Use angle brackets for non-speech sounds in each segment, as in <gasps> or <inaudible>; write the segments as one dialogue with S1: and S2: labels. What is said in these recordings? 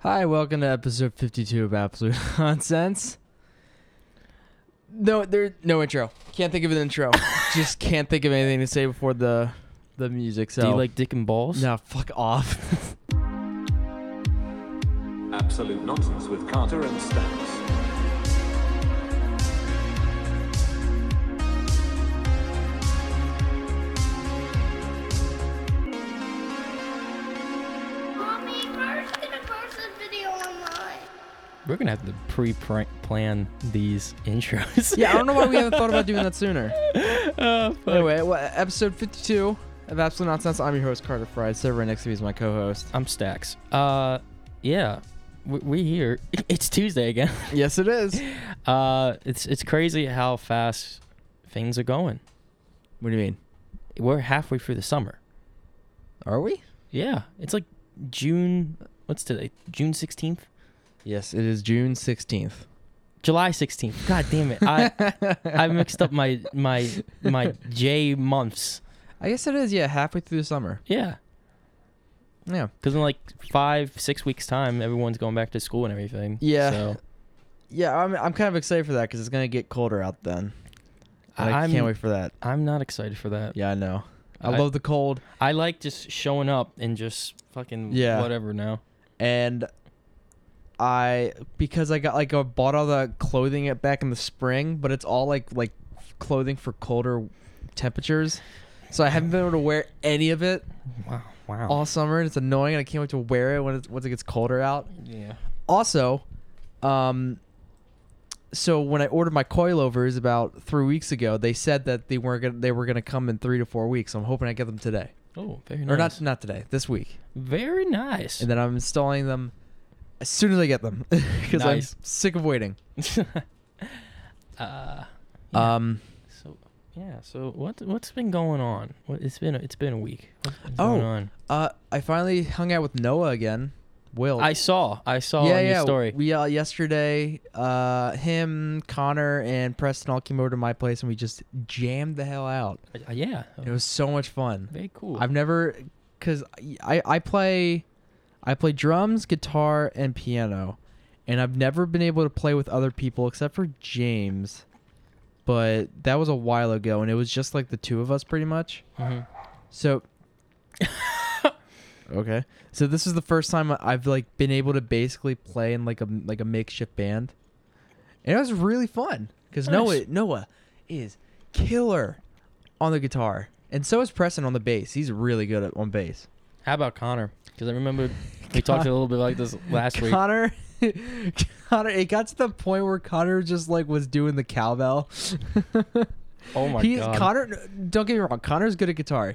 S1: Hi, welcome to episode 52 of Absolute <laughs> Nonsense. No, there no intro. Can't think of an <laughs> intro. Just can't think of anything to say before the the music. So
S2: Do you like dick and balls?
S1: no, fuck <laughs> off.
S3: Absolute nonsense with Carter and Stamps.
S4: Mommy, Carter's gonna post a video online.
S2: We're gonna have to pre-plan these <laughs> intros.
S1: yeah, I don't know why we haven't thought about doing that <laughs> sooner. Ah, anyway, well, episode 52 of Absolute Nonsense. I'm your host Carter Fry. Sitting right next to me is my co-host.
S2: I'm Stacks. Uh, yeah, we, we here. <laughs> It's Tuesday again. <laughs>
S1: Yes, it is.
S2: Uh, it's it's crazy how fast things are going.
S1: What do you mean?
S2: We're halfway through the summer.
S1: Are we?
S2: Yeah, it's like June. What's today? June sixteenth,
S1: Yes, it is June 16th.
S2: July sixteenth. God damn
S1: <laughs>
S2: it! I I mixed up my my my J months.
S1: I guess it is. Yeah, halfway through the summer.
S2: Yeah,
S1: Yeah.
S2: because in like five six weeks time, everyone's going back to school and everything.
S1: Yeah.
S2: So.
S1: Yeah, I'm, I'm kind of excited for that because it's gonna get colder out then. And I
S2: I'm-
S1: can't wait for that.
S2: I'm not excited for that.
S1: Yeah, I know. I,
S2: I-
S1: love the cold,
S2: I like just showing up and just fucking
S1: Yeah.
S2: whatever now.
S1: and I because I got like I bought all the clothing at back in the spring, but it's all like like clothing for colder temperatures. So I haven't been able to wear any of it
S2: Wow. Wow.
S1: all summer, and it's annoying. And I can't wait to wear it when it's, once it gets colder out.
S2: yeah.
S1: Also, um, so when I ordered my coilovers about three weeks ago, they said that they weren't gonna, they were gonna come in three to four weeks. So I'm hoping I get them today,
S2: Oh, very
S1: or not
S2: nice.
S1: not today, this week,
S2: very nice.
S1: and then I'm installing them as soon as I get them <laughs> because
S2: Nice.
S1: I'm sick of waiting.
S2: <laughs> uh,
S1: Um,
S2: so yeah. So what what's been going on? What, it's been it's been a week. What's what's going
S1: Oh.
S2: on?
S1: uh, I finally hung out with Noah again. Will
S2: I saw I saw
S1: yeah
S2: on
S1: yeah
S2: your story.
S1: we uh, yesterday uh him Connor and Preston all came over to my place and we just jammed the hell out.
S2: Uh, yeah.
S1: It was so much fun.
S2: very cool.
S1: I've never, cause I I play, I play drums, guitar, and piano, and I've never been able to play with other people except for James, but that was a while ago, and it was just like the two of us pretty much.
S2: Mhm.
S1: So. <laughs> okay. So this is the first time I've like been able to basically play in like a like a makeshift band, and it was really fun because Noah
S2: Nice.
S1: Noah is killer on the guitar, and so is Preston on the bass. He's really good at, on bass.
S2: How about Connor? Because I
S1: <laughs>
S2: remember we talked a little bit like this last week.
S1: Connor, <laughs> Connor, it got to the point where Connor just like was doing the cowbell. <laughs>
S2: Oh my
S1: He
S2: god.
S1: Connor. Don't get me wrong, Connor's good at guitar,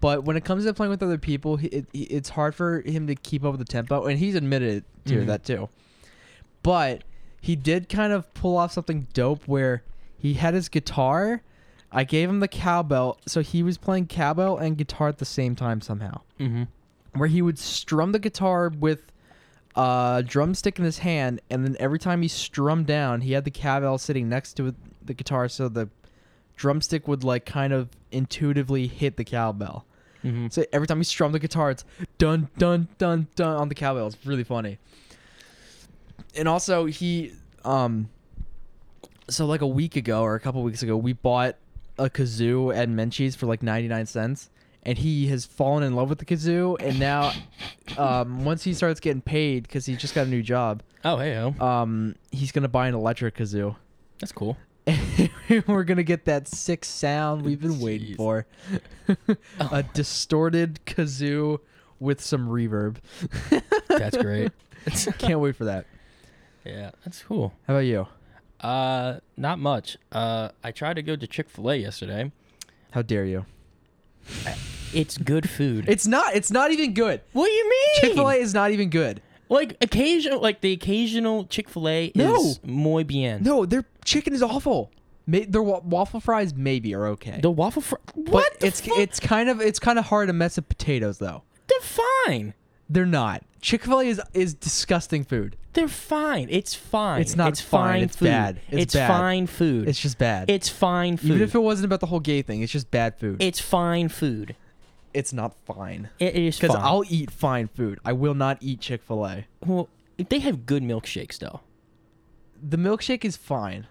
S1: but when it comes to playing with other people, he, it, he- it's hard for him to keep up with the tempo, and he's admitted to
S2: Mhm.
S1: that too. But he did kind of pull off something dope where he had his guitar. I gave him the cowbell, so he was playing cowbell and guitar at the same time somehow
S2: Mhm.
S1: where he would strum the guitar with a drumstick in his hand, and then every time he strummed down, he had the cowbell sitting next to the guitar, so the drumstick would like kind of intuitively hit the cowbell.
S2: Mhm.
S1: So every time he strummed the guitar, it's dun dun dun dun on the cowbell. It's really funny. And also he um so like a week ago or a couple weeks ago, we bought a kazoo at Menchie's for like 99 cents and he has fallen in love with the kazoo and now um once he starts getting paid cuz he just got a new job,
S2: Oh hey oh.
S1: um he's going to buy an electric kazoo. <laughs>
S2: That's cool.
S1: We're going to get that sick sound we've been waiting
S2: Jeez. <laughs>
S1: for. a distorted kazoo with some
S2: <laughs>
S1: reverb.
S2: That's great.
S1: Can't wait for that.
S2: yeah, that's cool.
S1: How about you?
S2: Uh, not much. Uh, I tried to go to Chick Fil A yesterday.
S1: How dare you?
S2: it's good food.
S1: It's not. It's not even good.
S2: what do you mean?
S1: Chick Fil A is not even good.
S2: Like occasional, like the occasional Chick Fil A
S1: No.
S2: is muy bien.
S1: No, their chicken is awful. May, their wa- waffle fries maybe are okay.
S2: the waffle fr-
S1: But
S2: what? the
S1: it's
S2: fu-
S1: it's kind of it's kind of hard to mess with potatoes though.
S2: they're fine.
S1: They're not. Chick Fil A is is disgusting food.
S2: They're fine. It's fine.
S1: It's not
S2: It's
S1: fine.
S2: fine.
S1: It's
S2: food.
S1: bad. It's
S2: It's,
S1: bad.
S2: fine food.
S1: It's just bad.
S2: It's fine food.
S1: Even if it wasn't about the whole gay thing, it's just bad food.
S2: it's fine food.
S1: it's not fine.
S2: It is
S1: Because
S2: fine.
S1: I'll eat fine food. I will not eat Chick Fil A.
S2: Well, they have good milkshakes though.
S1: The milkshake is <laughs> fine.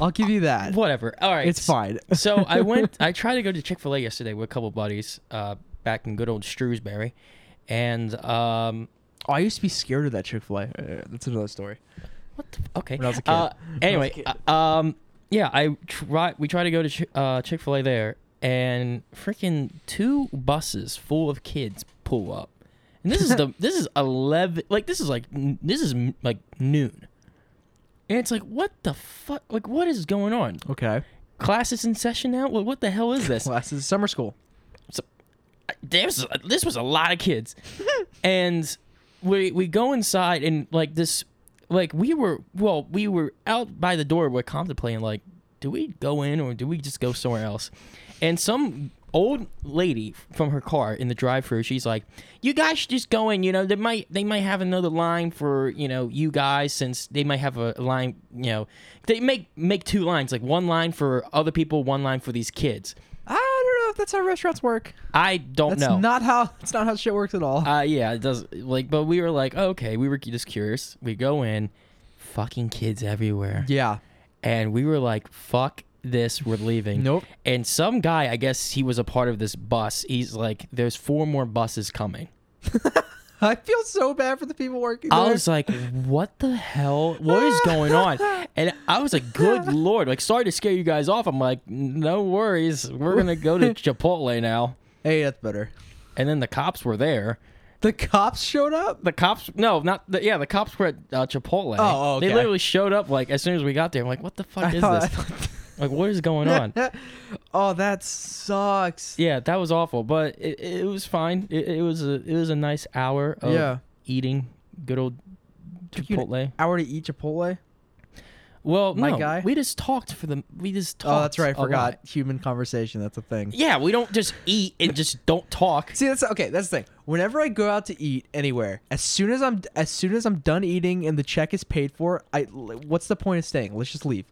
S1: I'll give you that.
S2: Whatever. All right.
S1: It's fine.
S2: <laughs> so I
S1: <laughs>
S2: went. I tried to go to Chick Fil A yesterday with a couple buddies uh, back in good old Shrewsbury, and um,
S1: Oh, I used to be scared of that Chick Fil A. That's another story.
S2: okay.
S1: When I was a kid.
S2: Uh, anyway, uh, um, yeah, I try. We try to go to Chi- uh, Chick Fil A there, and freaking two buses full of kids pull up, and this is
S1: <laughs>
S2: the this is eleven. Like this is like n- this is mm, like noon, and it's like what the fuck? Like what is going on?
S1: Okay.
S2: Classes in session now? What what the hell
S1: <laughs>
S2: is this?
S1: Classes is summer school.
S2: there's this was a lot of kids and we we go inside and like this like we were well we were out by the door we're contemplating like do we go in or do we just go somewhere else and some old lady from her car in the drive-thru she's like you guys should just go in you know they might they might have another line for you know you guys since they might have a line you know they make make two lines like one line for other people one line for these kids
S1: I don't know if that's how restaurants work.
S2: i don't
S1: That's
S2: know
S1: not how. That's not how shit works at all.
S2: Uh, yeah, it does. Like, but we were like, oh, okay, we were just curious. We go in, fucking kids everywhere,
S1: yeah.
S2: and we were like, fuck this, we're leaving.
S1: Nope.
S2: And some guy, I guess he was a part of this bus. He's like, there's four more buses coming.
S1: I feel so bad for the people working there.
S2: I was like, what the hell? What is
S1: <laughs>
S2: going on? And I was like, good lord. Like, sorry to scare you guys off. I'm like, no worries. We're gonna
S1: <laughs>
S2: go to Chipotle now.
S1: hey, that's better.
S2: And then the cops were there.
S1: The cops showed up.
S2: the cops no not the, yeah the cops were at uh, chipotle
S1: Oh, oh, okay.
S2: they literally showed up like as soon as we got there i'm like what the fuck
S1: I
S2: is
S1: thought-
S2: this <laughs> like what is going
S1: <laughs>
S2: on
S1: Oh, that sucks.
S2: yeah that was awful but it, it was fine it, it was a it was a nice hour of
S1: Yeah.
S2: eating good old
S1: You an
S2: chipotle
S1: hour to eat Chipotle. Oh,
S2: well
S1: My
S2: no,
S1: guy?
S2: we just talked for the we just talked
S1: Oh, that's right. I
S2: a lot.
S1: forgot. Human conversation. That's a thing.
S2: yeah we don't just eat and just don't talk
S1: See, that's okay. That's the thing. Whenever I go out to eat anywhere, as soon as I'm as soon as I'm done eating and the check is paid for, I what's the point of staying? Let's just leave.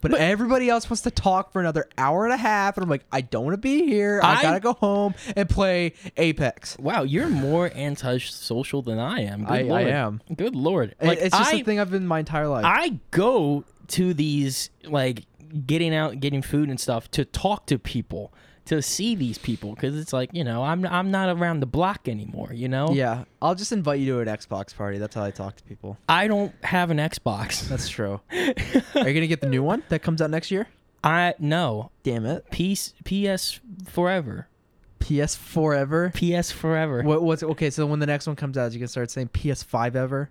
S1: But, everybody else wants to talk for another hour and a half, and I'm like, I don't want to be here. I,
S2: I-
S1: gotta go home and play Apex.
S2: wow you're more antisocial than i am good
S1: I- I
S2: lord.
S1: am.
S2: good lord
S1: It- it's just
S2: I,
S1: a thing I've been my entire life.
S2: I go to these like getting out, getting food and stuff to talk to people, to see these people, because it's like you know I'm I'm not around the block anymore. You know,
S1: yeah, I'll just invite you to an Xbox party. That's how I talk to people.
S2: I don't have an
S1: <laughs>
S2: Xbox.
S1: That's true. Are you gonna get the new one that comes out next year?
S2: I no
S1: Damn it,
S2: PS PS forever,
S1: PS forever.
S2: PS forever.
S1: What what's okay? So when the next one comes out, you can start saying PS5 ever.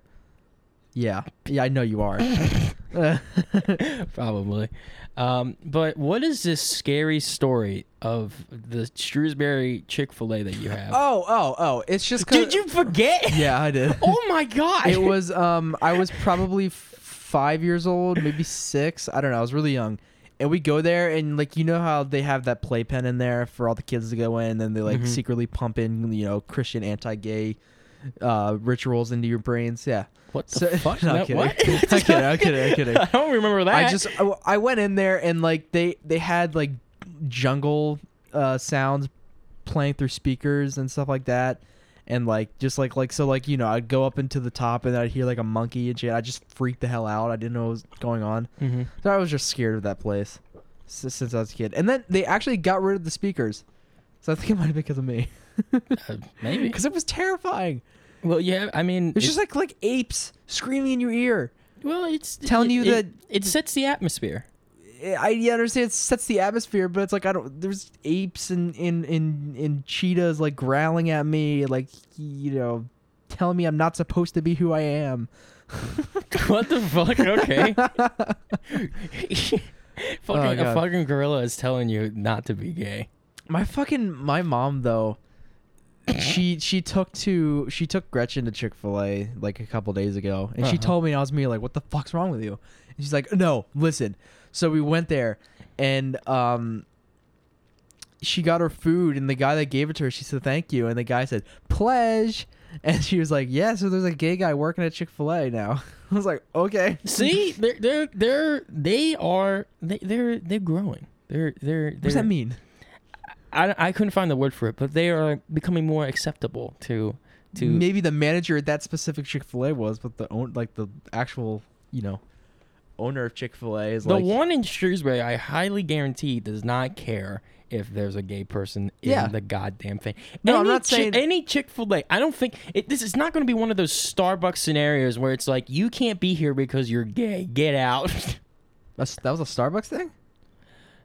S1: Yeah, yeah, I know you
S2: <laughs>
S1: are.
S2: Probably. Um, but what is this scary story of the Shrewsbury Chick Fil A that you have?
S1: oh, oh, oh! It's just. 'cause-
S2: Did you forget?
S1: <laughs> Yeah, I did.
S2: <laughs> Oh my god!
S1: it was. Um, I was probably f- five years old, maybe six. I don't know. I was really young, and we go there, and like you know how they have that playpen in there for all the kids to go in, and then they
S2: Mm-hmm.
S1: like secretly pump in you know Christian anti-gay uh rituals into your brains. Yeah.
S2: What the
S1: So- <laughs>
S2: fuck?
S1: No,
S2: No,
S1: I'm kidding.
S2: what? <laughs>
S1: I'm kidding. I'm kidding. I'm kidding.
S2: I don't remember that.
S1: I just I, I went in there and like they they had like jungle uh sounds playing through speakers and stuff like that and like just like like so like you know I'd go up into the top and I'd hear like a monkey and shit I just freaked the hell out I didn't know what was going on so I was just scared of that place s- since I was a kid and then they actually got rid of the speakers so I think it might have been because of me <laughs>
S2: uh, maybe.
S1: because it was terrifying
S2: Well, yeah. I mean,
S1: it's just like like apes screaming in your ear
S2: well, it's
S1: telling
S2: it-
S1: you
S2: it-
S1: that-
S2: it sets the atmosphere.
S1: I yeah, I understand it sets the atmosphere, but it's like I don't. There's apes and in in in cheetahs like growling at me, like you know, telling me I'm not supposed to be who I am.
S2: <laughs> what the fuck? <laughs> Okay. fucking
S1: Oh,
S2: a
S1: God.
S2: Oh, fucking gorilla is telling you not to be gay.
S1: My fucking my mom though, <coughs> she she took to she took Gretchen to Chick Fil A like a couple days ago, and she told me I was me like, "What the fuck's wrong with you?" And she's like, "No, listen." So we went there, and um, she got her food, and the guy that gave it to her, she said thank you, and the guy said pledge, and she was like, "Yeah." So there's a gay guy working at Chick Fil A now. <laughs> I was like, "Okay."
S2: See, they're they're they're they are they, they're they're growing. They're they're.
S1: What does that mean?
S2: I, I couldn't find the word for it, but they are becoming more acceptable to to.
S1: maybe the manager at that specific Chick Fil A was, but the own like the actual you know owner of Chick Fil A is
S2: The
S1: like
S2: one in Shrewsbury, I highly guarantee, does not care if there's a gay person in
S1: Yeah.
S2: the goddamn thing.
S1: No, I'm
S2: Any
S1: not
S2: Chi-
S1: saying-
S2: any Chick Fil A. I don't think it, this is not going to be one of those Starbucks scenarios where it's like you can't be here because you're gay. Get out. <laughs>
S1: That's- that was a Starbucks thing.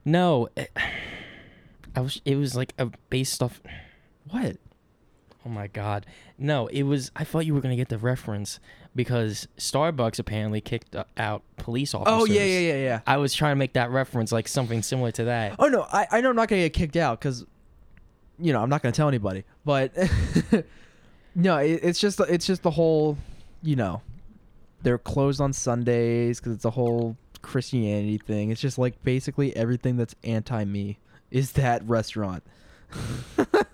S2: no, it, I was. It was like a based off.
S1: What?
S2: Oh my god. No, it was I thought you were going to get the reference because Starbucks apparently kicked uh, out police officers.
S1: Oh yeah yeah yeah yeah.
S2: I was trying to make that reference like something similar to that.
S1: Oh no, I, I know I'm not gonna get kicked out because you know I'm not gonna tell anybody, but <laughs> no, it, it's just it's just the whole you know they're closed on Sundays because it's a whole Christianity thing. It's just like basically everything that's anti me is that restaurant. <laughs>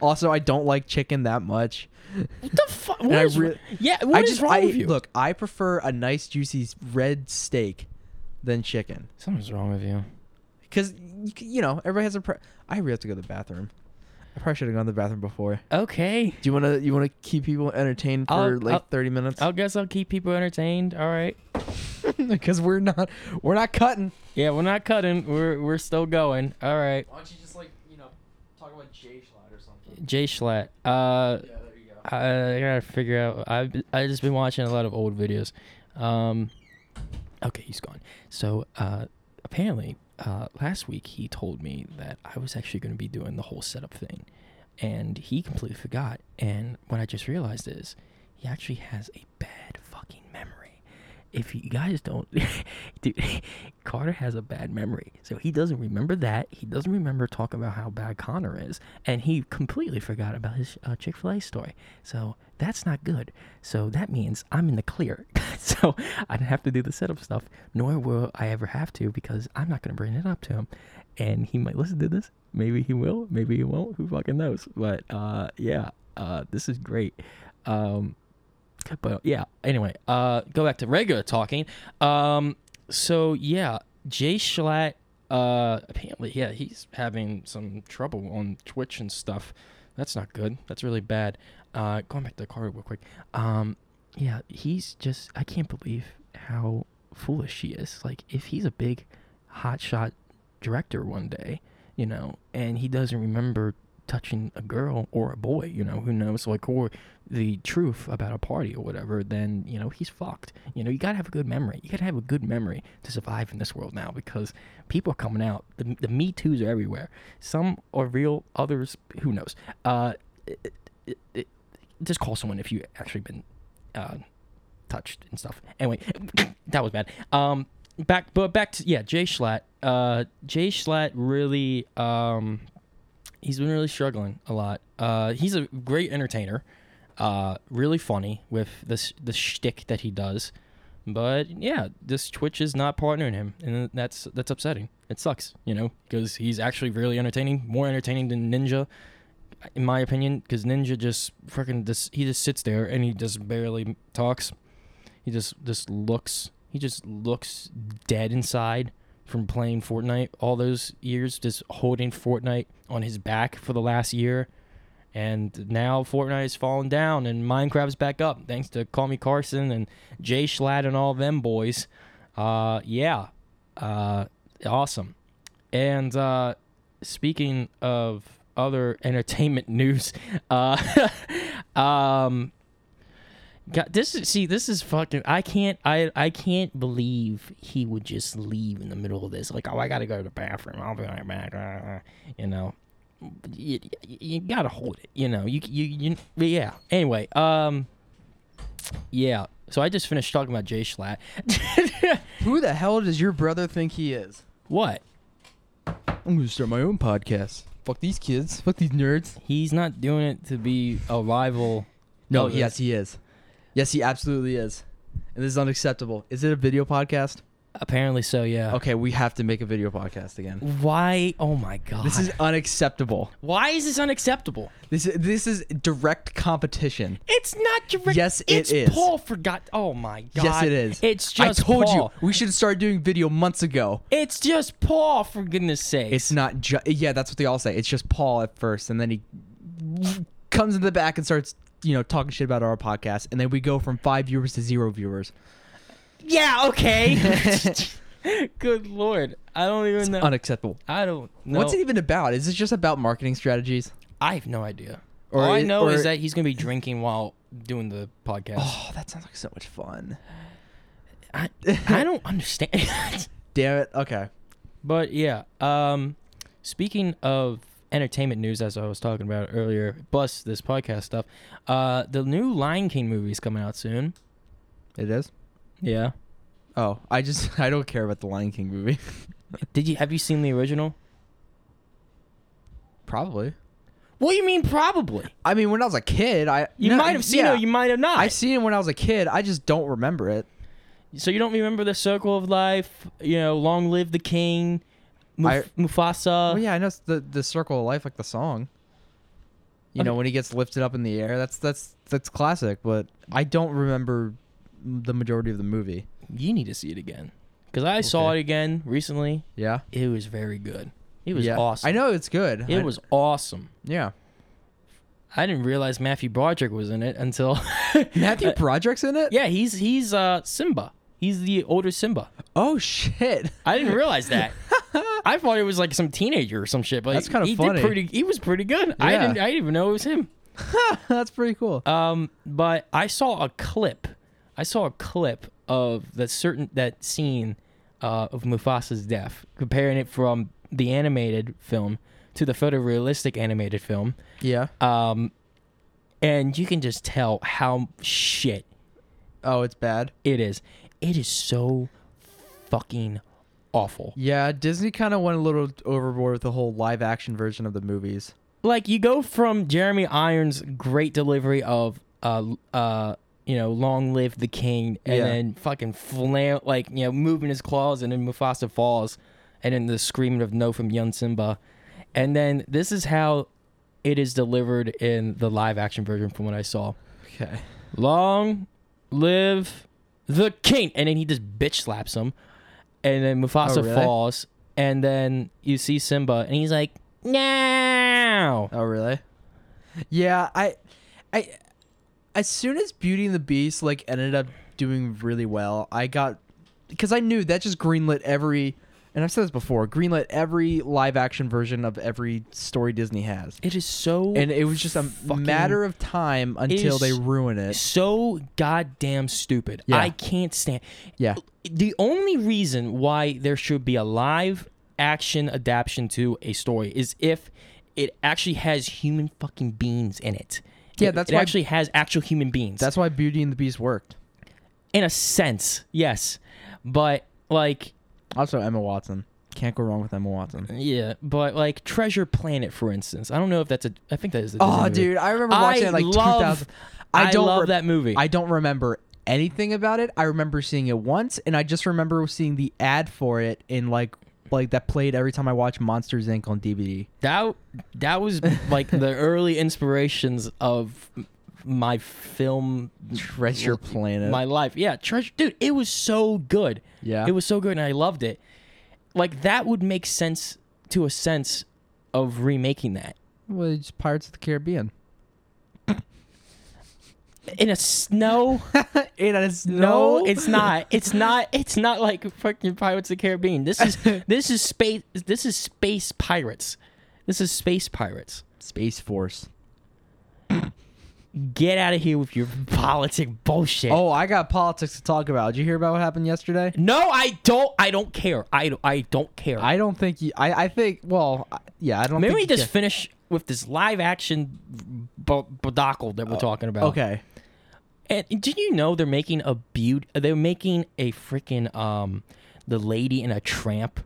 S1: also, I don't like chicken that much.
S2: What the fuck?
S1: I
S2: What is,
S1: re-
S2: yeah, what
S1: I
S2: is
S1: just
S2: wrong
S1: I,
S2: with you?
S1: look. I prefer a nice juicy red steak than chicken
S2: something's wrong with you.
S1: because you know everybody has a. Pre- I really have to go to the bathroom. I probably should have gone to the bathroom before.
S2: Okay.
S1: Do you wanna you wanna keep people entertained for
S2: I'll-
S1: like
S2: I'll-
S1: thirty minutes? <laughs>
S2: I guess I'll keep people entertained. All right.
S1: Because we're not we're not cutting.
S2: Yeah, we're not cutting. We're we're still going. All right.
S1: Why don't you just like you know talk about Jay Schlatt or something?
S2: Jay Schlatt.
S1: Yeah,
S2: Uh
S1: there you go.
S2: I, I gotta figure out. I've b- I just been watching a lot of old videos. Um, okay, he's gone. So uh, apparently, uh, last week he told me that I was actually going to be doing the whole setup thing, and he completely forgot. And what I just realized is he actually has a bad fucking memory. If you guys don't, <laughs> dude, Carter has a bad memory, so he doesn't remember that. He doesn't remember talking about how bad Connor is, and he completely forgot about his uh, Chick Fil A story. So that's not good. So that means I'm in the clear. <laughs> so I don't have to do the setup stuff, nor will I ever have to because I'm not going to bring it up to him, and he might listen to this. Maybe he will. Maybe he won't. Who fucking knows? But uh, yeah, uh, this is great. Um, but yeah, anyway, uh, go back to regular talking. Um, so yeah, Jay Schlatt, uh, apparently, yeah, he's having some trouble on Twitch and stuff. That's not good. That's really bad. Uh, going back to the car real quick. Um, yeah, he's just, I can't believe how foolish he is. Like, if he's a big hotshot director one day, you know, and he doesn't remember touching a girl or a boy, you know, who knows, like, or the truth about a party or whatever, then, you know, he's fucked. You know, you gotta have a good memory. You gotta have a good memory to survive in this world now because people are coming out. The, the Me Too's are everywhere. Some are real, others, who knows. Uh, it, it, it, just call someone if you actually been uh, touched and stuff. Anyway, <coughs> that was bad. Um, back, but back to yeah, Jay Schlatt. Uh, Jay Schlatt really, um, he's been really struggling a lot. Uh, he's a great entertainer, uh, really funny with this the shtick that he does. But yeah, this Twitch is not partnering him, and that's that's upsetting. It sucks, you know, because he's actually really entertaining, more entertaining than Ninja in my opinion, because Ninja just freaking just he just sits there and he just barely talks. He just just looks. He just looks dead inside from playing Fortnite all those years, just holding Fortnite on his back for the last year. And now Fortnite is falling down and Minecraft's back up thanks to Call Me Carson and Jay Schlatt and all them boys. Uh, yeah, uh, awesome. And uh, speaking of other entertainment <laughs> news, uh, <laughs> um, God, this is see, this is fucking. I can't, I, I can't believe he would just leave in the middle of this. Like, oh, I gotta go to the bathroom. I'll be right back. uh, You know, you, you- you gotta hold it. You know, you, you, you, but yeah. Anyway, um, yeah. So I just finished talking about Jay Schlatt. <laughs>
S1: Who the hell does your brother think he is?
S2: what?
S1: I'm gonna start my own podcast. Fuck these kids. Fuck these nerds.
S2: He's not doing it to be a rival.
S1: No,
S2: Oh,
S1: yes, he is. Yes, he absolutely is. And this is unacceptable. Is it a video podcast?
S2: Apparently so, yeah.
S1: Okay, we have to make a video podcast again.
S2: Why? Oh my god.
S1: This is unacceptable.
S2: why is this unacceptable?
S1: This is this is direct competition.
S2: It's not direct.
S1: Yes, it
S2: it's
S1: is.
S2: Paul forgot. Oh my god.
S1: Yes, it is.
S2: It's just
S1: I told
S2: Paul.
S1: you we should start doing video months ago.
S2: It's just Paul, for goodness sake.
S1: It's not just yeah. That's what they all say. It's just Paul at first, and then he comes in the back and starts you know talking shit about our podcast, and then we go from five viewers to zero viewers. <laughs>
S2: yeah, okay. <laughs> Good lord. I don't even know.
S1: Unacceptable.
S2: I don't know.
S1: What's it even about? Is this just about marketing strategies?
S2: I have no idea.
S1: Or
S2: All I
S1: it-
S2: know
S1: or-
S2: is that he's going to be drinking while doing the podcast.
S1: Oh, that sounds like so much fun. <laughs>
S2: I, I don't understand. <laughs>
S1: Damn it. Okay.
S2: but yeah, um, speaking of entertainment news, as I was talking about earlier, plus this podcast stuff, uh, the new Lion King movie is coming out soon.
S1: It is.
S2: Yeah.
S1: Oh, I just <laughs> I don't care about the Lion King movie. <laughs>
S2: Did you have you seen the original?
S1: Probably.
S2: What do you mean? Probably.
S1: I mean, when I was a kid, I
S2: You
S1: No,
S2: might have seen
S1: yeah.
S2: it. You might have not.
S1: I seen it when I was a kid. I just don't remember it.
S2: so you don't remember the Circle of Life? You know, Long Live the King, Muf- Mufasa. <laughs>
S1: Oh yeah, I know it's the the circle of life, like the song. You know when he gets lifted up in the air. That's that's that's classic. But I don't remember the majority of the movie.
S2: You need to see it again because I saw it
S1: Okay.
S2: again recently.
S1: Yeah,
S2: It was very good. It was
S1: yeah.
S2: awesome.
S1: I know it's good.
S2: It
S1: I-
S2: was awesome.
S1: Yeah,
S2: I didn't realize Matthew Broderick was in it <laughs> until
S1: <laughs> Matthew Broderick's in it.
S2: Yeah, he's he's uh Simba. He's the older Simba.
S1: Oh shit. <laughs>
S2: I didn't realize that. I thought it was like some teenager or some shit, but
S1: That's kinda
S2: he
S1: funny.
S2: Did pretty, he was pretty good. I
S1: Yeah.
S2: didn't I didn't even know it was him.
S1: that's pretty cool.
S2: Um, but I saw a clip. I saw a clip of that certain that scene uh, of Mufasa's death, comparing it from the animated film to the photorealistic animated film,
S1: yeah.
S2: uh, and you can just tell how shit
S1: oh, it's bad.
S2: it is. It is so fucking awful.
S1: Yeah, Disney kind of went a little overboard with the whole live action version of the movies.
S2: Like you go from Jeremy Irons' great delivery of uh uh you know long live the king and
S1: Yeah.
S2: then fucking flail like you know moving his claws and then Mufasa falls and then the screaming of no from young Simba and then this is how it is delivered in the live action version from what I saw.
S1: Okay.
S2: Long live the king. And then he just bitch slaps him. And then Mufasa
S1: Oh, really?
S2: falls. And then you see Simba. And he's like, no.
S1: Oh, really? Yeah, I, I, as soon as Beauty and the Beast like ended up doing really well, I got because I knew that just greenlit every, and I've said this before, greenlit every live action version of every story Disney has,
S2: It is so.
S1: and it was just a
S2: fucking-
S1: matter of time until
S2: is-
S1: they ruin it.
S2: So goddamn stupid.
S1: Yeah.
S2: I can't stand.
S1: Yeah,
S2: The only reason why there should be a live action adaptation to a story is if it actually has human fucking beings in it.
S1: Yeah,
S2: It-
S1: that's
S2: it
S1: why-
S2: actually has actual human beings.
S1: that's why Beauty and the Beast worked.
S2: in a sense, yes. But like,
S1: Also, Emma Watson can't go wrong with Emma Watson.
S2: yeah, but like Treasure Planet, for instance. I don't know if that's a. I think that is. A Disney
S1: Oh,
S2: movie.
S1: dude, I remember watching
S2: I
S1: it like
S2: love-
S1: 2000.
S2: I love that movie.
S1: I don't remember anything about it. I remember seeing it once, and I just remember seeing the ad for it in like like that played every time I watch Monsters Inc. on DVD.
S2: that that was like
S1: <laughs>
S2: the early inspirations of my film,
S1: Treasure Planet.
S2: my life. Yeah, Treasure, dude, it was so good.
S1: Yeah.
S2: it was so good, and I loved it. Like that would make sense to a sense of remaking that.
S1: well, it's Pirates of the Caribbean.
S2: In
S1: <laughs>
S2: a snow.
S1: It is
S2: No, it's not. It's not. It's not like fucking Pirates of the Caribbean.
S1: <laughs>
S2: This is this is space. This is space pirates. This is space pirates.
S1: Space Force.
S2: Get out of here with your politic bullshit.
S1: Oh, I got politics to talk about. Did you hear about what happened yesterday?
S2: no, I don't. I don't care. I don't- I don't care.
S1: I don't think you. I, I think. Well, I- yeah, I don't.
S2: Maybe
S1: think
S2: we
S1: you
S2: just
S1: can-
S2: finish with this live action b- bodackle that we're talking about.
S1: okay.
S2: And did you know they're making a beaut? They're making a freaking um, the lady and a tramp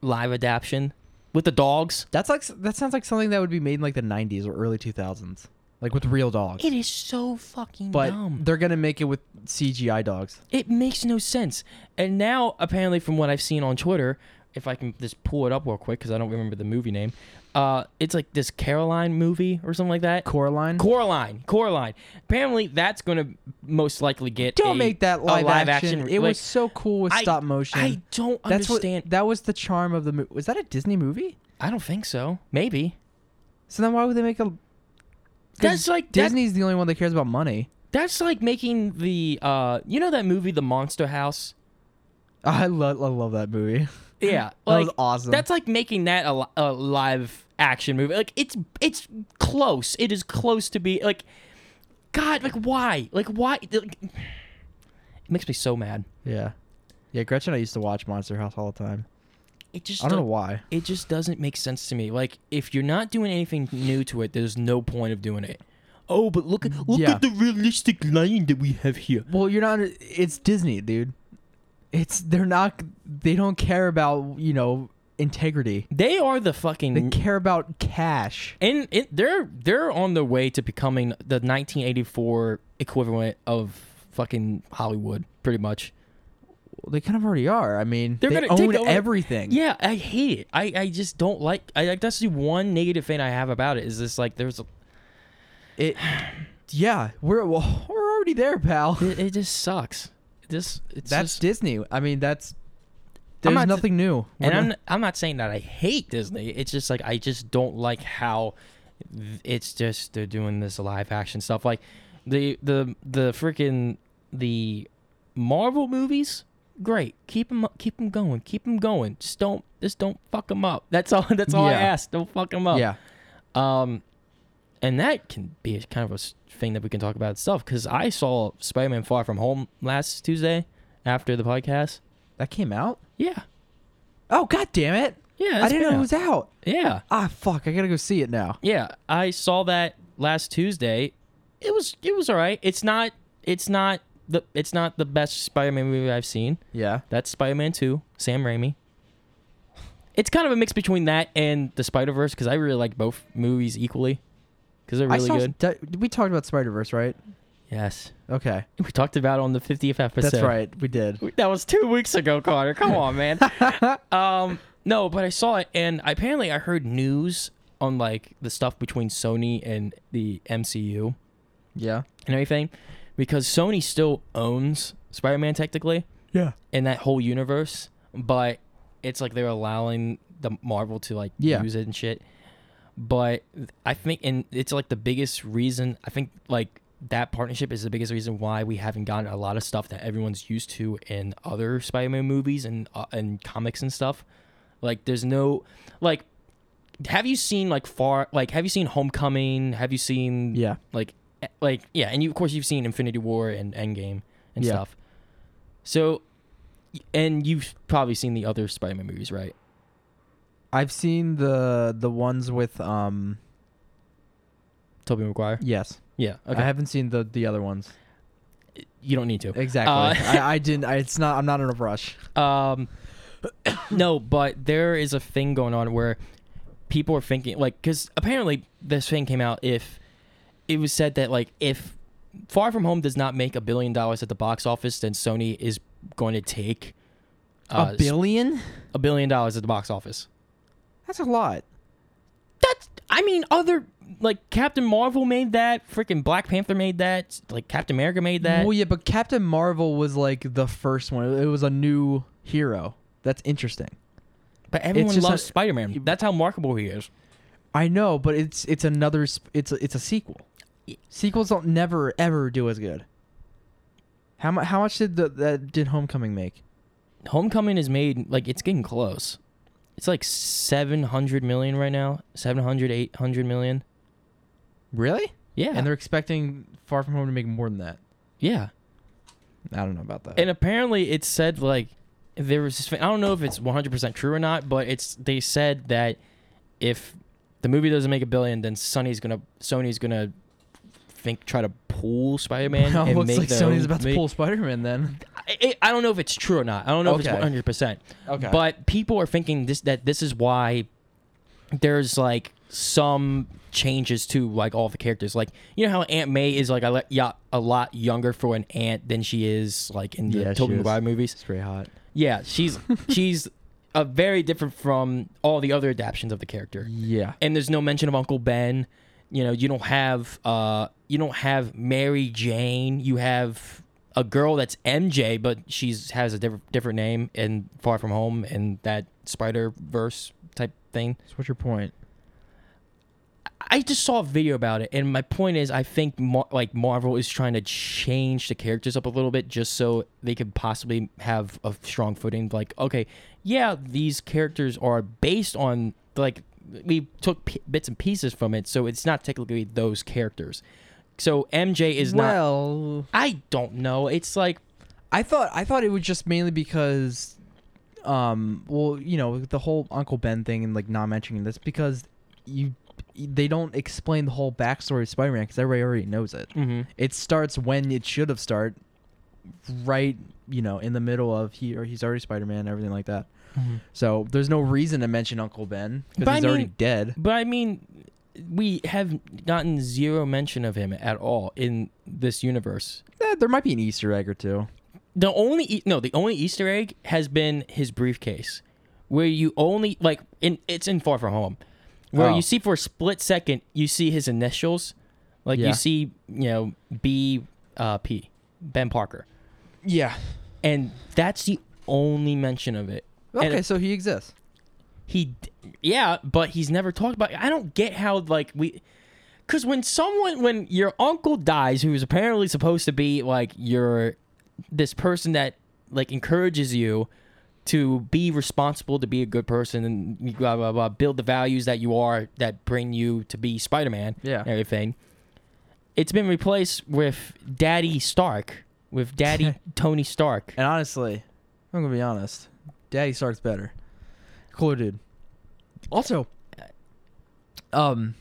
S2: live adaptation. with the dogs.
S1: That's like that sounds like something that would be made in like the 90s or early 2000s, like with real dogs.
S2: It is so fucking
S1: but
S2: dumb.
S1: they're gonna make it with CGI dogs.
S2: It makes no sense. And now, apparently, from what I've seen on Twitter, if I can just pull it up real quick because I don't remember the movie name, uh, it's like this Caroline movie or something like that.
S1: Coraline.
S2: Coraline, Coraline. Apparently, that's going to most likely get
S1: Don't
S2: a-
S1: make that
S2: a
S1: live, action. It
S2: like-
S1: was so cool with
S2: I-
S1: stop motion.
S2: I don't
S1: That's
S2: understand.
S1: What, that was the charm of the movie. Was that a Disney movie?
S2: I don't think so. Maybe
S1: So then why would they make a? 'cause
S2: that's like that-
S1: Disney's the only one that cares about money. <laughs>
S2: that's like making the uh, you know that movie, The Monster House.
S1: I love, I love that movie. <laughs>
S2: Yeah,
S1: Mm-hmm. That was
S2: like,
S1: awesome.
S2: That's like making that a, li- a live action movie. Like it's it's close. It is close to be like, God, like why? Like why? Like, it makes me so mad.
S1: Yeah, yeah. Gretchen, and I used to watch Monster House all the time.
S2: It just
S1: I don't know
S2: do-
S1: why.
S2: It just doesn't make sense to me. Like if you're not doing anything new to it, there's no point of doing it. Oh, but look at look
S1: Yeah.
S2: at the realistic lion that we have here.
S1: Well, you're not. It's Disney, dude. It's they're not. They don't care about you know integrity.
S2: They are the
S1: They
S2: fucking
S1: care about cash.
S2: and it, they're they're on their way to becoming the 1984 equivalent of fucking Hollywood, pretty much.
S1: Well, they kind of already are. I mean,
S2: They're
S1: they
S2: gonna
S1: own
S2: take over-
S1: everything.
S2: Yeah, I hate it. I, I just don't like. I like that's the one negative thing I have about it is this like there's a
S1: It. Yeah, we're well, <laughs> we're already there, pal.
S2: it, it just sucks. This it's
S1: That's
S2: just,
S1: Disney. I mean, that's there's
S2: not-
S1: nothing new.
S2: and
S1: We're
S2: I'm
S1: not-
S2: I'm not saying that I hate Disney. It's just like I just don't like how th- it's just they're doing this live action stuff. Like the the the freaking the Marvel movies, great. Keep them keep them going. Keep them going. Just don't just don't fuck them up. <laughs> That's all. That's all I
S1: Yeah.
S2: ask. Don't fuck them up.
S1: yeah.
S2: Um, and that can be a kind of a s- thing that we can talk about itself because I saw Spider Man Far From Home last Tuesday after the podcast.
S1: That came out.
S2: Yeah.
S1: Oh god damn it!
S2: Yeah.
S1: I
S2: that's
S1: didn't know
S2: been
S1: it was out.
S2: Yeah.
S1: Ah fuck! I gotta go see it now.
S2: Yeah. I saw that last Tuesday. It was, it was all right. It's not, it's not the, it's not the best Spider Man movie I've seen.
S1: Yeah.
S2: That's Spider Man 2, Sam Raimi. It's kind of a mix between that and the Spider Verse because I really like both movies equally because they're
S1: I
S2: really
S1: saw,
S2: good.
S1: di- we talked about Spider Verse, right?
S2: Yes.
S1: Okay,
S2: We talked about it on the 50th episode.
S1: that's right. We did.
S2: That was two weeks ago, Connor. Come on,
S1: <laughs>
S2: man. um, no, but I saw it, and apparently I heard news on like the stuff between Sony and the MCU
S1: Yeah.
S2: and everything, because Sony still owns Spider-Man technically
S1: Yeah.
S2: in that whole universe, but it's like they're allowing the Marvel to like
S1: Yeah.
S2: use it and shit. But I think, and it's like the biggest reason. I think like that partnership is the biggest reason why we haven't gotten a lot of stuff that everyone's used to in other Spider-Man movies and uh, and comics and stuff. Like, there's no like. Have you seen like far like Have you seen Homecoming? Have you seen
S1: Yeah.
S2: like eh, like yeah? And you of course you've seen Infinity War and Endgame and
S1: Yeah.
S2: stuff. So and you've probably seen the other Spider-Man movies, right?
S1: I've seen the the ones with um.
S2: Tobey Maguire.
S1: Yes.
S2: Yeah.
S1: I
S2: Okay.
S1: haven't seen the the other ones.
S2: you don't need to.
S1: Exactly.
S2: Uh,
S1: <laughs> I, I didn't. I, it's not. I'm not in a rush.
S2: <laughs> um, <coughs> no, but there is a thing going on where people are thinking like because apparently this thing came out if it was said that like if Far From Home does not make a billion dollars at the box office, then Sony is going to take uh,
S1: a billion?
S2: a billion dollars at the box office.
S1: That's a lot.
S2: That's I mean other like Captain Marvel made that, freaking Black Panther made that, like Captain America made that.
S1: well, yeah, but Captain Marvel was like the first one. It was a new hero. That's interesting.
S2: But everyone
S1: just
S2: loves
S1: a-
S2: Spider Man. That's how marketable he is.
S1: I know, but it's it's another. sp- It's a, it's a sequel. Sequels don't never ever do as good. How much? How much did the that did Homecoming make?
S2: Homecoming is made like it's getting close. It's like seven hundred million right now. 700, 800 million.
S1: Really?
S2: Yeah,
S1: And they're expecting Far From Home to make more than that.
S2: yeah.
S1: I don't know about that.
S2: And apparently, it said like there was. This, I don't know if it's one hundred percent true or not, but it's they said that if the movie doesn't make a billion, then Sony's gonna Sony's gonna think try to pull Spider Man.
S1: Well, <laughs> <laughs> it
S2: and
S1: looks
S2: make
S1: like
S2: their own
S1: Sony's about to
S2: make-
S1: pull Spider-Man then.
S2: I, I- I don't know if it's true or not. I don't know if it's
S1: Okay.
S2: one hundred percent.
S1: Okay.
S2: But people are thinking this that this is why there's like some changes to like all the characters. Like you know how Aunt May is like a, le- yeah, a lot younger for an aunt than she is like in the
S1: Yeah, she
S2: Tobey
S1: is.
S2: Maguire movies.
S1: It's pretty hot.
S2: Yeah, she's <laughs> she's a very different from all the other adaptions of the character.
S1: Yeah.
S2: And there's no mention of Uncle Ben. You know, you don't have uh you don't have Mary Jane. You have a girl that's MJ, but she's has a different different name and Far From Home and that Spider Verse type thing.
S1: So what's your point?
S2: I just saw a video about it, and my point is, I think Mar- like Marvel is trying to change the characters up a little bit, just so they could possibly have a strong footing. Like, okay, yeah, these characters are based on like we took p- bits and pieces from it, so it's not technically those characters. So MJ is not.
S1: well,
S2: I don't know. It's like
S1: I thought I thought it was just mainly because, um, well, you know, the whole Uncle Ben thing and like not mentioning this because you they don't explain the whole backstory of Spider-Man because everybody already knows it. Mm-hmm. It starts when it should have started, right? You know, in the middle of he or he's already Spider-Man, everything like that. So there's no reason to mention Uncle Ben
S2: Mm-hmm.
S1: because
S2: But I
S1: he's already
S2: mean-
S1: dead.
S2: But I mean, we have gotten zero mention of him at all in this universe.
S1: Eh, there might be an Easter egg or two.
S2: the only e- no the only easter egg has been his briefcase where you only like in it's in far from home where
S1: Oh.
S2: you see for a split second you see his initials like
S1: Yeah.
S2: you see you know b uh, p ben parker
S1: Yeah.
S2: and that's the only mention of it And
S1: Okay, so he exists.
S2: he d- yeah but he's never talked about i don't get how like we because when someone when your uncle dies who's apparently supposed to be like your this person that like encourages you to be responsible to be a good person and blah blah blah build the values that you are that bring you to be spider-man
S1: Yeah.
S2: and everything it's been replaced with daddy stark with
S1: <laughs>
S2: daddy tony stark
S1: And honestly, I'm gonna be honest. Daddy Stark's better. Cooler dude. Also, um,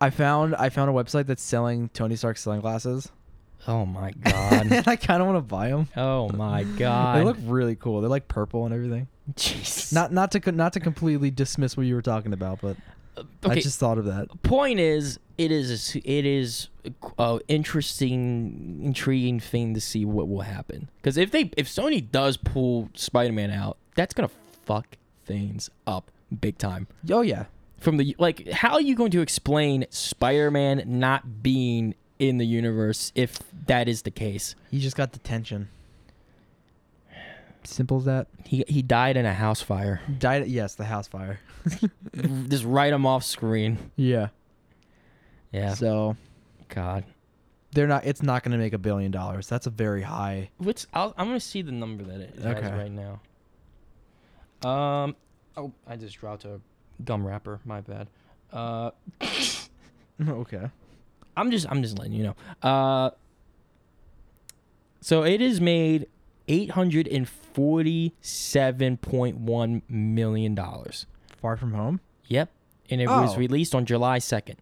S1: I found I found a website that's selling Tony Stark sunglasses, <laughs>
S2: oh my god
S1: and I kind of want to buy them.
S2: oh my
S1: They
S2: god
S1: look really cool. They're like purple and everything.
S2: <laughs> Jesus.
S1: Not not to co- not to completely dismiss what you were talking about, but I
S2: okay.
S1: just thought of that.
S2: point is it is it is a interesting intriguing thing to see what will happen because if they if sony does pull spider-man out that's gonna fuck things up big time
S1: Oh yeah,
S2: from the like how are you going to explain spider-man not being in the universe if that is the case
S1: he just got detention. Simple as that.
S2: he, he died in a house fire
S1: Died. Yes, the house fire.
S2: just write him off screen
S1: Yeah.
S2: yeah
S1: So
S2: god
S1: they're not it's not going to make a billion dollars that's a very high
S2: What's I'll, I'm gonna see the number that it has
S1: Okay.
S2: right now. Um, oh, I just dropped a gum wrapper. My bad. Uh,
S1: <laughs> okay
S2: I'm just I'm just letting you know. Uh, so it is made eight hundred and forty-seven point one million dollars.
S1: far from home
S2: Yep, and it was
S1: Oh.
S2: released on July second.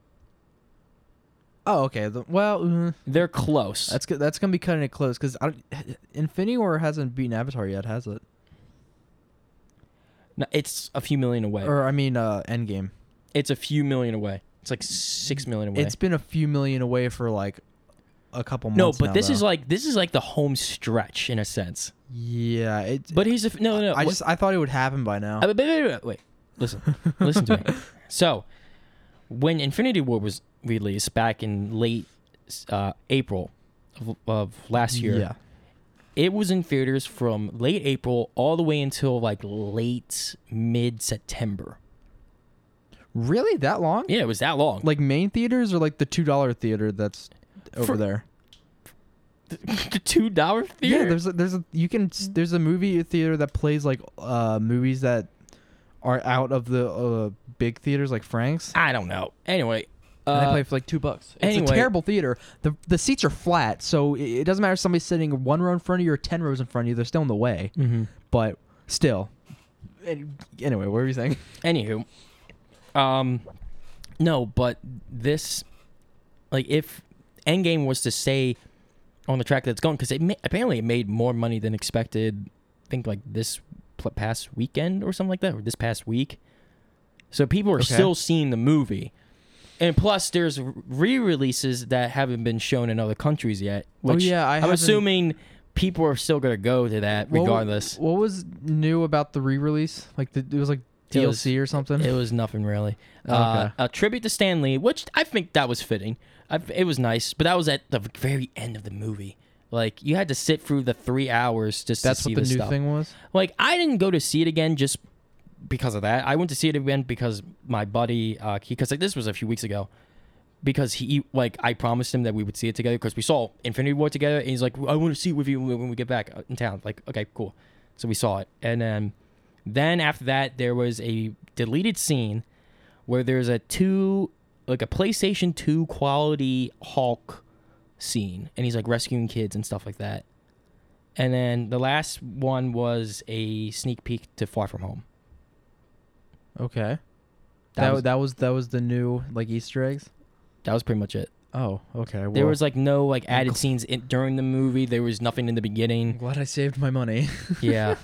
S1: oh okay the, well mm,
S2: They're close.
S1: that's go- that's going to be cutting it close cuz <sighs> infinity war hasn't beaten avatar yet has it
S2: No, it's a few million away.
S1: or i mean uh endgame
S2: it's a few million away. It's like six million away.
S1: it's been a few million away for like a couple
S2: no,
S1: months
S2: but
S1: now,
S2: this is
S1: though.
S2: like this is like the home stretch in a sense.
S1: yeah it
S2: But he's a f- no, no. Uh, no
S1: i
S2: wha-
S1: just i thought it would happen by now
S2: uh, wait, wait, wait, wait, wait. Listen,
S1: <laughs>
S2: listen to me. So, when Infinity War was released back in late uh, April of, of last year,
S1: yeah
S2: it was in theaters from late April all the way until like late mid September.
S1: really that long
S2: Yeah, it was that long.
S1: like main theaters or like the $2 theater that's over
S2: For-
S1: there
S2: Like the <laughs> two dollar theater.
S1: Yeah, there's a, there's a you can
S2: Mm.
S1: there's a movie theater that plays like uh movies that are out of the uh, big theaters like Frank's.
S2: I don't know. Anyway,
S1: And they
S2: uh,
S1: play for like two bucks. It's
S2: anyway-
S1: a terrible theater. the The seats are flat, so it, it doesn't matter if somebody's sitting one row in front of you or ten rows in front of you. They're still in the way. Mm-hmm. But still, An- anyway, what were you saying?
S2: Anywho, um, no, but this, like, if Endgame was to stay on the track that it's going, because it ma- apparently it made more money than expected. I think like this pl- past weekend or something like that, or this past week. So people are
S1: Okay.
S2: still seeing the movie. And plus, there's re-releases that haven't been shown in other countries yet. Which
S1: Oh, yeah, I
S2: I'm
S1: haven't-
S2: assuming people are still gonna go to that
S1: What wa-
S2: regardless.
S1: What, was new about the re-release? Like the, it was like
S2: It
S1: DLC
S2: was-
S1: or something.
S2: It was nothing really. Uh,
S1: Okay.
S2: a tribute to Stan Lee, which I think that was fitting. I, it was nice, but that was at the very end of the movie. Like you had to sit through the three hours just
S1: That's
S2: to see
S1: what the new
S2: this stuff.
S1: thing was.
S2: Like I didn't go to see it again just because of that. I went to see it again because my buddy, uh, because like this was a few weeks ago, because he like I promised him that we would see it together because we saw Infinity War together, and he's like, I want to see it with you when we get back uh, in town. Like, okay, cool. So we saw it, and then then after that there was a deleted scene where there's a two like a PlayStation Two quality Hulk scene, and he's like rescuing kids and stuff like that. And then the last one was a sneak peek to Far From Home.
S1: Okay.
S2: That
S1: That that
S2: was-
S1: was, that was the new like Easter eggs.
S2: That was pretty much it.
S1: Oh, okay.
S2: There was like no like added scenes in, during the movie. There was nothing in
S1: <laughs>
S2: the beginning.
S1: glad I saved my
S2: <laughs>
S1: money.
S2: Yeah.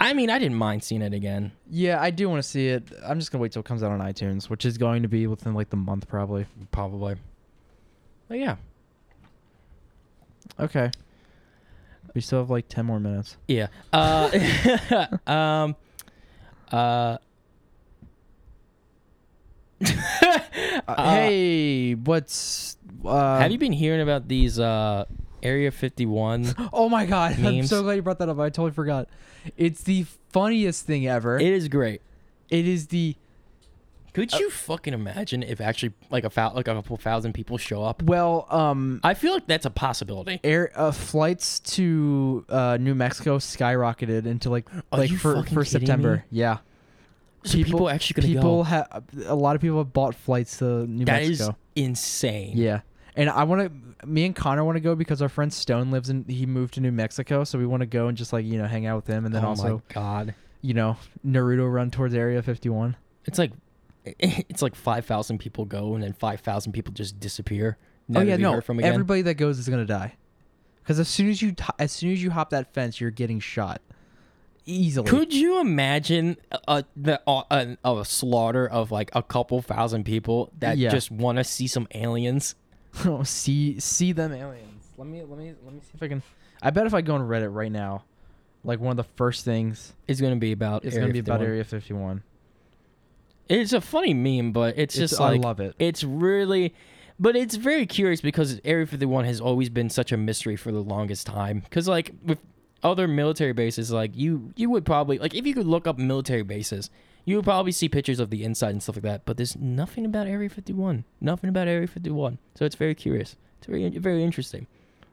S2: I mean, I didn't mind seeing it again.
S1: yeah, I do want to see it. I'm just gonna wait till it comes out on iTunes, which is going to be within like the month probably.
S2: Probably. But yeah.
S1: Okay. We still have like ten more minutes.
S2: Yeah. Uh, um, uh,
S1: hey, what's? Uh,
S2: Uh, have you been hearing about these uh,
S1: <gasps>
S2: Area 51?
S1: Oh my god! <laughs> I'm
S2: Memes.
S1: so glad you brought that up. I totally forgot. It's the funniest thing ever.
S2: it is great.
S1: it is the
S2: Could
S1: Uh,
S2: you fucking imagine if actually like a fou- like a couple thousand people show up?
S1: well, um,
S2: I feel like that's a possibility.
S1: air uh, flights to uh, New Mexico skyrocketed into like
S2: Are
S1: like
S2: you
S1: for
S2: fucking
S1: for
S2: kidding
S1: September.
S2: me?
S1: Yeah,
S2: So people, actually gonna
S1: people
S2: go.
S1: ha- a lot of people have bought flights to New
S2: That is
S1: Mexico.
S2: insane.
S1: yeah, and I want to. Me and Connor want to go because our friend Stone lives in. He moved to New Mexico, so we want to go and just like you know hang out with him, and then
S2: oh
S1: also
S2: my god.
S1: you know Naruto run towards Area 51.
S2: It's like <laughs> it's like five thousand people go and then five thousand people just disappear.
S1: Oh
S2: Never
S1: yeah,
S2: to be
S1: no.
S2: heard from again.
S1: Everybody that goes is gonna die, because as soon as you t- as soon as you hop that fence, you're getting shot easily.
S2: Could you imagine a, a, the, a, a, a slaughter of like a couple thousand people that
S1: Yeah.
S2: just want to see some aliens?
S1: <laughs> Oh, see see them aliens. Let me let me let me see if I can. I bet if I go on Reddit right now, like one of the first things
S2: It's gonna be about.
S1: is
S2: Area
S1: going to be about
S2: 51.
S1: Area 51.
S2: It's a funny meme, but it's
S1: It's-
S2: just
S1: I
S2: like
S1: love it.
S2: It's really, but it's very curious because Area Fifty One has always been such a mystery for the longest time. Because like with other military bases, like you you would probably like if you could look up military bases, you would probably see pictures of the inside and stuff like that. But there's nothing about Area Fifty One, nothing about Area Fifty One. So it's very curious. It's very very interesting.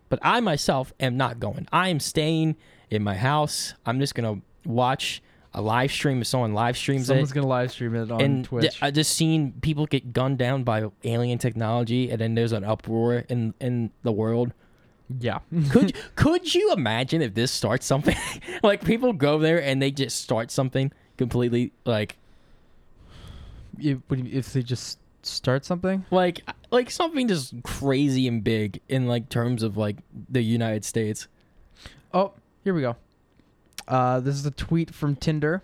S2: But I myself am not going. I am staying in my house. I'm just gonna watch a live stream if someone live streams it
S1: Someone's going to live stream it on
S2: and
S1: Twitch.
S2: th- I just seen people get gunned down by alien technology, and then there's an uproar in in the world.
S1: <laughs> yeah.
S2: Could could you imagine if this starts something? <laughs> like people go there and they just start something completely like
S1: if, what do you- if they just start something?
S2: like like something just crazy and big in like terms of like the United States.
S1: Oh, here we go. Uh, this is a tweet from Tinder.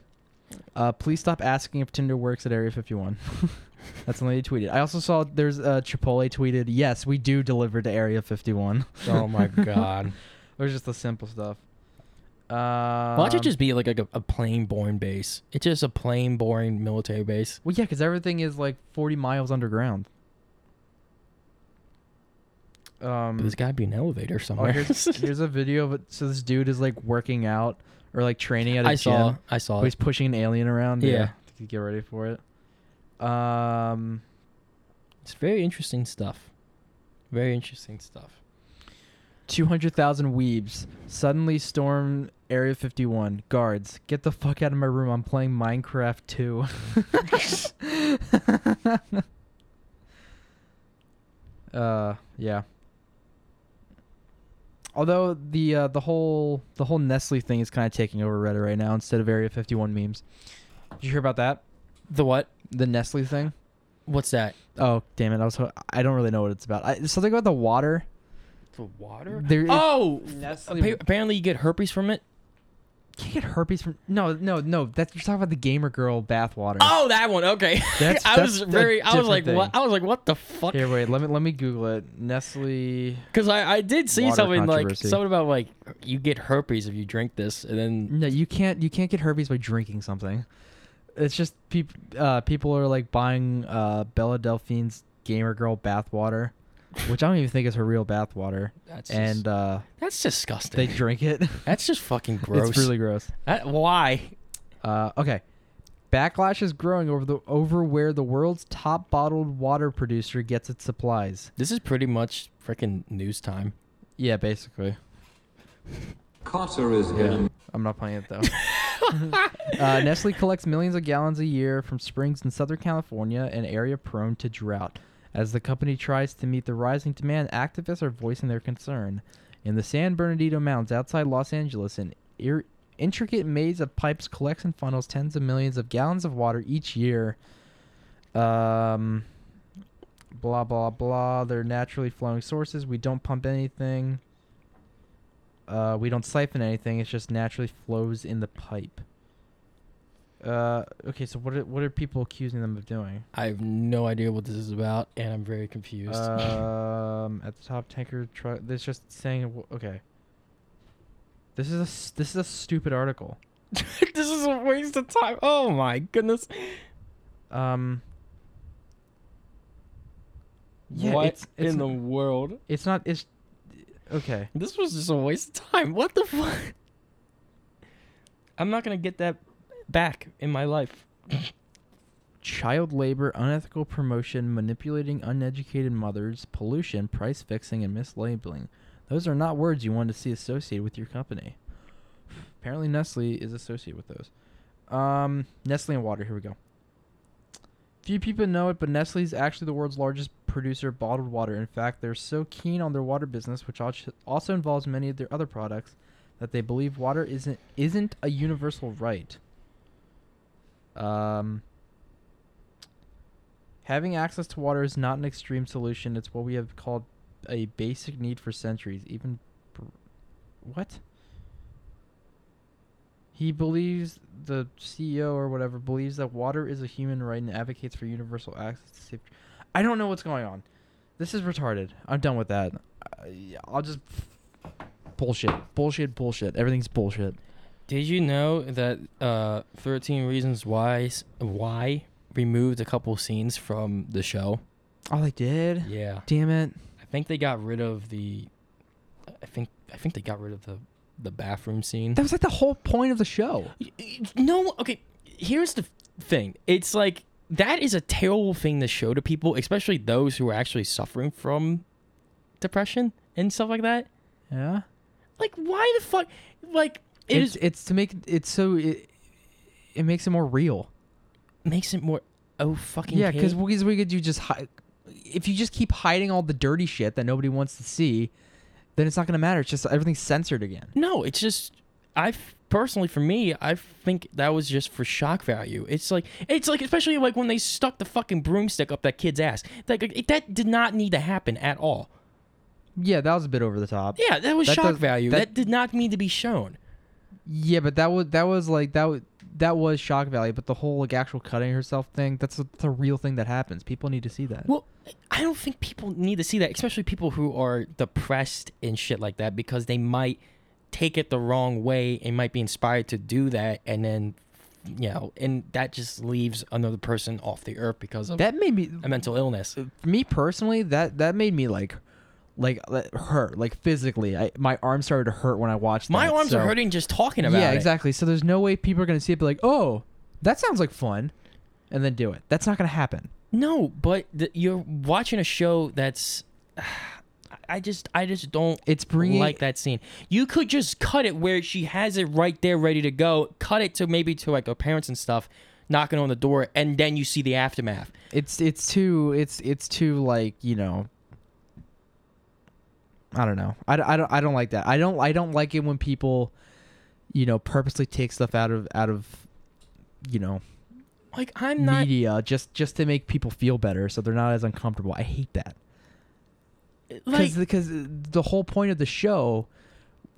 S1: Uh, please stop asking if Tinder works at Area 51. <laughs> That's something they tweeted. I also saw there's uh, Chipotle tweeted, yes, we do deliver to Area 51. <laughs>
S2: Oh my god!
S1: It was just the simple stuff. Um,
S2: Why don't it just be like a, a plain boring base? It's just a plain boring military base.
S1: Well, yeah, because everything is like 40 miles underground.
S2: But
S1: Um,
S2: there's got to be an elevator
S1: oh,
S2: somewhere.
S1: here's, <laughs> here's a video of it. So this dude is like working out or like training at a
S2: <laughs> I
S1: gym.
S2: saw. I saw.
S1: Oh, he's
S2: it.
S1: pushing an alien around.
S2: Yeah.
S1: to get ready for it. Um,
S2: It's very interesting stuff. Very interesting stuff.
S1: 200,000 weebs suddenly storm Area 51. Guards, get the fuck out of my room. I'm playing Minecraft 2. <laughs> uh, yeah. Although the uh, the whole the whole Nestle thing is kind of taking over Reddit right now instead of Area 51 memes. Did you hear about that?
S2: The what?
S1: The Nestle thing?
S2: What's that?
S1: Oh, damn it. I was ho- I don't really know what it's about. I, something about the water.
S2: The water?
S1: There is-
S2: oh,
S1: Nestle-
S2: appa- apparently you get herpes from it.
S1: You get herpes from no, no, no. That's you're talking about the gamer girl bathwater.
S2: Oh, that one. Okay.
S1: That's-
S2: <laughs> I was
S1: that's a
S2: very. I was
S1: different
S2: like,
S1: thing.
S2: what? I was like, what the fuck?
S1: Here, wait. Let me let me Google it. Nestle.
S2: Because I, I did see
S1: Water
S2: something like
S1: controversy.
S2: something about like you get herpes if you drink this, and then
S1: No, you can't. You can't get herpes by drinking something. It's just peop, uh, people are like buying uh, Bella Delphine's gamer girl bathwater, which I don't even think is her real bathwater.
S2: That's just-
S1: and uh,
S2: that's <laughs>
S1: they
S2: disgusting.
S1: drink it.
S2: that's just fucking gross.
S1: It's really gross.
S2: That- why?
S1: Uh, okay. Backlash is growing over the over where the world's top bottled water producer gets its supplies.
S2: This is pretty much freaking news time.
S1: Yeah, basically.
S3: Carter is hidden.
S1: I'm not playing it though. <laughs> uh, Nestle collects millions of gallons a year from springs in Southern California, an area prone to drought. As the company tries to meet the rising demand, activists are voicing their concern. In the San Bernardino Mountains outside Los Angeles, an ir- intricate maze of pipes collects and funnels tens of millions of gallons of water each year. Um, blah, blah, blah. They're naturally flowing sources. We don't pump anything. Uh, we don't siphon anything. It just naturally flows in the pipe. Uh, okay, so what are, what are people accusing them of doing?
S2: I have no idea what this is about, and I'm very confused.
S1: Um, at the top tanker truck. There's just saying wh- okay. This is a s- this is a stupid article.
S2: <laughs> this is a waste of time. Oh my goodness.
S1: Um. Yeah,
S2: what
S1: it's, it's
S2: in the
S1: n-
S2: world?
S1: it's not it's okay.
S2: This was just a waste of time. <laughs> What the fuck? I'm not gonna get that back in my life.
S1: child labor, unethical promotion, manipulating uneducated mothers, pollution, price fixing, and mislabeling. Those are not words you want to see associated with your company. Apparently, Nestle is associated with those. Um, Nestle and water. Here we go. Few people know it, but Nestle is actually the world's largest producer of bottled water. In fact, they're so keen on their water business, which al- also involves many of their other products, that they believe water isn't isn't a universal right. Um, Having access to water is not an extreme solution. It's what we have called a basic need for centuries. Even. Br- what? He believes, the CEO or whatever, believes that water is a human right and advocates for universal access to safe. I don't know what's going on. This is retarded. I'm done with that. I, I'll just. Bullshit. Bullshit, bullshit. Everything's bullshit.
S2: Did you know that uh, 13 Reasons Why why removed a couple scenes from the show?
S1: Oh, they did?
S2: Yeah.
S1: Damn it.
S2: I think they got rid of the I think I think they got rid of the the bathroom scene.
S1: That was like the whole point of the show.
S2: No, okay, here's the thing. It's like that is a terrible thing to show to people, especially those who are actually suffering from depression and stuff like that.
S1: Yeah?
S2: Like why the fuck like it
S1: it's,
S2: is
S1: it's to make it so it, it makes it more real.
S2: makes it more oh fucking
S1: Yeah, because
S2: K.
S1: what we could do just hi- if you just keep hiding all the dirty shit that nobody wants to see, then it's not gonna matter. It's just everything's censored again.
S2: No, it's just I f- personally for me, I think that was just for shock value. It's like it's like especially like when they stuck the fucking broomstick up that kid's ass. Like it, that did not need to happen at all.
S1: Yeah, that was a bit over the top.
S2: Yeah, that was
S1: That
S2: shock
S1: does-
S2: value. That,
S1: that-
S2: did not need to be shown.
S1: Yeah, but that was that was like that was, that was shock value. But the whole like actual cutting herself thing, that's a, that's a real thing that happens. People need to see that.
S2: Well, I don't think people need to see that, especially people who are depressed and shit like that because they might take it the wrong way and might be inspired to do that and then you know, and that just leaves another person off the earth because of
S1: that made me
S2: a mental illness.
S1: me personally that that made me like like uh, hurt like physically. I, my arms started to hurt when I watched.
S2: My
S1: that,
S2: arms
S1: so-
S2: are hurting just talking about
S1: yeah,
S2: it.
S1: exactly. So there's no way people are going to see it, be like, oh, that sounds like fun, and then do it. That's not going to happen.
S2: No, but th- you're watching a show that's. <sighs> I just, I just don't.
S1: It's bringing-
S2: like that scene. You could just cut it where she has it right there, ready to go. Cut it to maybe to like her parents and stuff, knocking on the door, and then you see the aftermath.
S1: It's it's too it's it's too like you know. I don't know. I, don't- I don't I don't like that. I don't I don't like it when people, you know, purposely take stuff out of out of, you know,
S2: Like I'm not.
S1: media just just to make people feel better so they're not as uncomfortable. I hate that.
S2: like,
S1: because because the whole point of the show